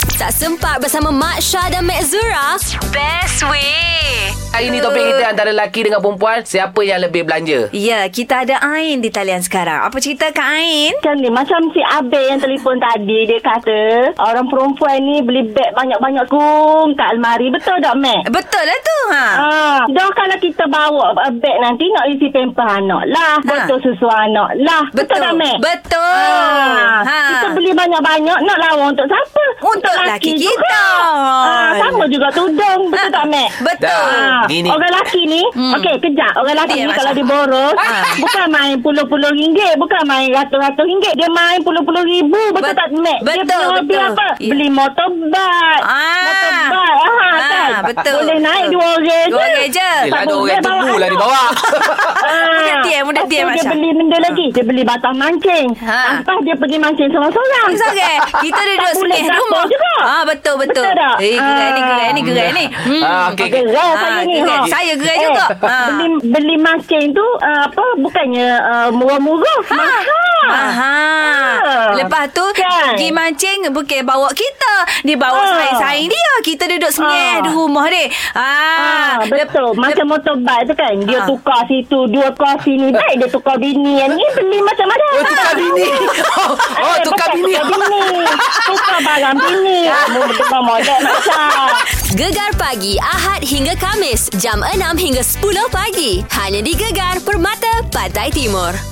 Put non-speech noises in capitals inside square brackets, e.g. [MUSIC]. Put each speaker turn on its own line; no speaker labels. Tak sempat bersama Mak Syah dan Mak Zura? Best way.
Hari ni topik kita antara lelaki dengan perempuan Siapa yang lebih belanja?
Ya, kita ada Ain di talian sekarang. Apa cerita Kak Ain?
Macam ni Macam si Abel yang telefon tadi Dia kata Orang perempuan ni Beli beg banyak-banyak kung Kat almari Betul tak Mac?
Betul lah tu. Ha.
Ha, dah kalau kita bawa uh, beg nanti nak isi pamper anak lah,
Ha.
botol susu anak lah. Betul, tak, Mek?
Betul.
Ha.
Ha.
Kita beli banyak-banyak nak lawa untuk siapa?
Untuk laki kita.
juga. Ha, sama juga tudung. Betul tak, Mek?
[LAUGHS] Betul.
Ha,
Gini.
orang laki ni hmm. Okey kejap Orang
Ya,
laki ni
Mak
kalau
Syah.
dia boros
Ah.
Bukan main puluh-puluh ringgit Bukan main ratus-ratus ringgit Dia main puluh-puluh ribu
Bet-
Betul tak Mek?
betul,
Dia punya hobi
betul.
apa?
Ya.
Beli motorbike
Ah.
Motorbike Aha,
Ah,
kan?
betul,
Boleh naik
betul.
dua orang
Dua orang je.
Yelah
Ya, Tak
ada
boleh
orang tunggu
bawa
lah
anak.
di bawah
Mudah diam, mudah diam,
Ah. Lepas tu
Masya.
dia beli benda lagi Dia beli batang mancing
Ha.
Lepas dia pergi mancing seorang-seorang
[LAUGHS] Sorang. Kita duduk
Tak boleh
sini
dapur
rumah.
juga.
Ah betul betul.
Betul tak?
Eh gerai ni
Ah.
gerai ni gerai ni. Hmm.
[LAUGHS] Ah, okey, okey.
Gerai
Ah,
saya ni
gerai.
ha.
Saya gerai juga. Ah.
Beli, beli mancing tu uh, apa Bukannya uh, murah-murah ha. Mahal
Aha.
Ah.
Lepas tu
Kan?
pergi mancing bukan bawa kita. Dia bawa
Ah.
saing-saing dia. Kita duduk sengih
Ah.
di rumah dia. Ah,
Ah, betul. Macam motorbike tu kan. Dia
Ah.
tukar situ, dua tukar sini. Baik dia tukar bini. Yang ni beli macam mana?
Oh tukar bini [LAUGHS] Oh, oh
Eh,
tukar
bukan
bini
Tukar bini. tukar barang
[LAUGHS]
bini. Kamu berdua model macam.
Gegar pagi Ahad hingga Kamis jam 6 hingga 10 pagi. Hanya di Gegar Permata Pantai Timur.